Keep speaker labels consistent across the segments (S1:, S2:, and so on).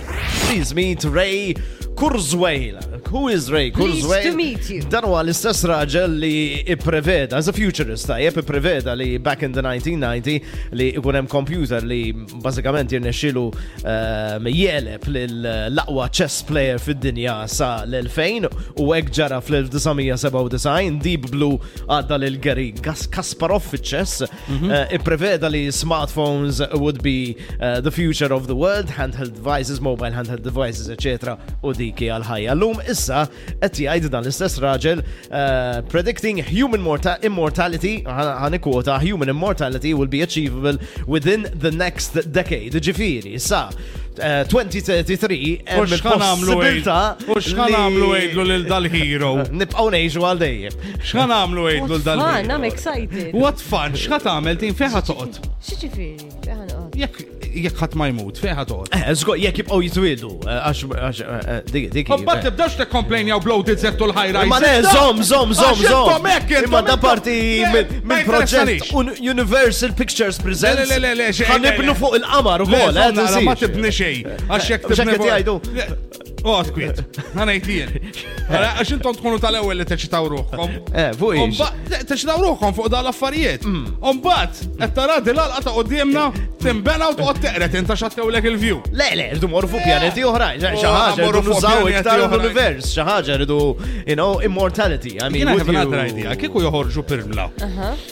S1: please meet Ray Kurzweil. Who is Ray
S2: Pleased
S1: Kurzweil?
S2: to meet you.
S1: Dan huwa l-istess raġel li ippreveda, as a futurist tajjeb, ippreveda li back in the 1990 li ikun hemm computer li bażikament jirnexxilu um, jeleb lill-aqwa eh, chess player fid-dinja sa l-2000 u hekk ġara fl-1997 Deep Blue għadda lil Gary Gas Kasparov fiċ-chess
S2: Mhm.
S1: uh, ippreveda li smartphones would be uh, the future of the world, handheld devices, mobile handheld devices, etc. u diki għal-ħajja. L-lum issa qed jgħid dan l-istess raġel uh, predicting human morta- immortality, ħanikwota, human immortality will be achievable within the next decade. Ġifiri, sa uh, 2033
S3: U
S1: hemm
S3: xħan għamlu
S1: il-possibilità
S3: U xħan
S1: li-
S3: għamlu għedlu l-dal-hero?
S1: Nibqgħu ngħixu għal dejjem.
S3: Xħan għamlu għedlu
S2: Man, I'm
S3: l-dal-hero?
S2: excited.
S3: What fun, xħat għamel tin feħa toqot?
S2: Xieġifiri, għan uqt.
S3: Jek, jek ħat ma jmut, feħa toqot.
S1: Eh, Zgo, jek jibqgħu jitwildu, eh, għax għax, eh, diki, diki.
S3: Obba tibdax te komplejnja u blow dizzettu l-ħajra.
S1: Ma ne, zom, zom, zom, zom. Imma da parti minn-
S3: Ma
S1: minn proġett
S3: jinteressanix.
S1: un- Universal Pictures Presents.
S3: Le, le, le, le, xe-
S1: Ħanibnu fuq il-qamar u
S3: Le,
S1: kol, eh,
S3: zomna, Ma
S1: tinsiex.
S3: tibni xej. Għax jek
S1: Xek qed jgħidu?
S3: Oqt kwiet, oh, għanajt jien. Għara, Għax intom tkunu tal-ewel li teċitaw ruħkom.
S1: Eh, fuq Mm. ix.
S3: Umba- le, Teċitaw ruħkom fuq dal-affarijiet. Umbat, għattara dil-għalqa ta' qoddimna, timbena u toqgħod teqret, inta xattew lek il-view.
S1: Le, le, rridu morru fuq pjaneti oħrajn,
S3: Oh,
S1: xaħġa,
S3: morru
S1: rridu
S3: fuq
S1: nużaw
S3: pjaneti
S1: iktar
S3: oħrajn.
S1: l-univers, xaħġa, rridu, you know, immortality. I mean,
S3: Jina
S1: would
S3: ħafna għadra
S1: you...
S3: idea, kiku joħorġu pirmla.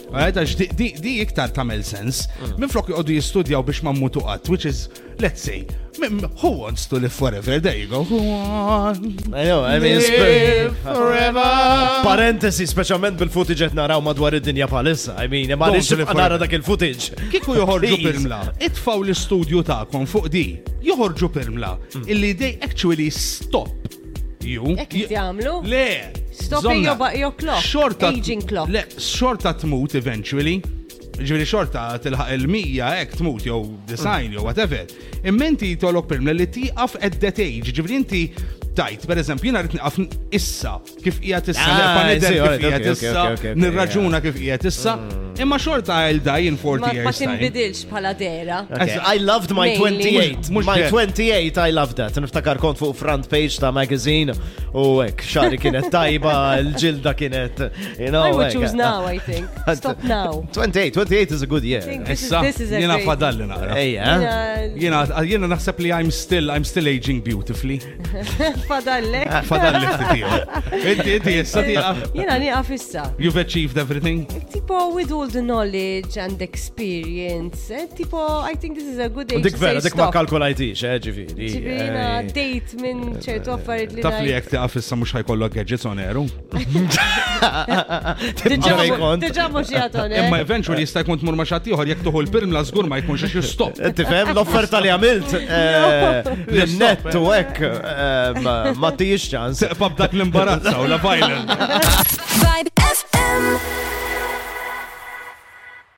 S3: Għajta, di, di, di iktar tamel sens,
S1: Mm.
S3: minn flok joqdu jistudjaw biex ma mutu għat, which is, let's say, m- m- who wants to live forever? There you go. Who wants
S1: I know, I
S3: to
S1: mean,
S3: live
S1: spe-
S3: forever?
S1: Parentesi, specialment bil-footage qed naraw madwar id-dinja palissa. I mean, ma
S3: Don't
S1: nix
S3: live
S1: nara
S3: forever.
S1: dak il-footage.
S3: Kiku joħorġu
S1: Please.
S3: pirmla, itfaw l-studio ta'kom fuq di, joħorġu pirmla, illi they actually stop you.
S2: Jek jgħamlu?
S3: Le!
S2: Stopping
S3: zonna,
S2: your- your clock,
S3: Xorta.
S2: aging clock.
S3: Le, xorta tmut eventually. Ġviri xorta tilħaq il-mija, ek tmut, jew
S1: Hmm.
S3: design, jew whatever. Immenti tolok permle li tiqaf at that age. Ġviri inti tajt, per eżempju, jina rrit niqaf issa kif hija tissa,
S1: Ah,
S3: nerfa
S1: I see,
S3: nidher
S1: alright,
S3: kif hija
S1: okay, okay,
S3: tissa,
S1: okay, okay,
S3: nirraġuna kif hija tissa. Imma xorta għal dajin 40
S2: Ma
S3: years time.
S2: timbidilx pala dera.
S1: Okay.
S3: As-
S1: I loved my
S2: Mainly.
S1: 28.
S3: Mux- mux
S1: my
S3: dead.
S1: 28, I loved that. Niftakar kont fuq front page ta' magazine u hekk xari kienet tajba, l-ġilda kienet. You know,
S2: I would
S1: hekk.
S2: choose now, I think. Stop now.
S1: 28, 28 is a good year. Eh,
S2: Think this is,
S3: Issa,
S2: this is a
S3: jina
S2: great-
S3: fadalli naqra.
S1: Ejja.
S2: Jina-
S3: Jina, jina naħseb li I'm still, I'm still aging beautifully.
S2: Fadallek.
S3: Ah, Fadallek titiju. Inti, inti, jessa tiqaf.
S2: Jina niqaf issa.
S3: You've achieved everything.
S2: Tipo, with all the knowledge and experience, eh, tipo, I think this is a good
S1: U
S2: age
S1: dik
S2: to
S1: vera,
S2: say
S1: dik ma
S2: stop.
S1: kalkulajtix, eh, ġifiri.
S2: Ġibina
S1: Ej.
S2: date minn ċertu affarijiet li
S3: Taf li
S2: ngħid.
S3: jek tiqaf issa mux ħajkollok gadgets on airu.
S2: Diġà
S1: Ġarej
S2: mu-
S1: kont.
S2: Diġà mux jagħton, eh?
S3: Imma eventually jista' jkun tmur ma' xatt ieħor jekk toħu l-pirm la żgur ma jkunx għax jistop.
S1: Inti fem, Eh, l-offerta li għamilt eh, l-net u hekk eh, ma- ma tijiex ċans.
S3: Seqfa b'dak l-imbarazza u la violent.
S4: Vibe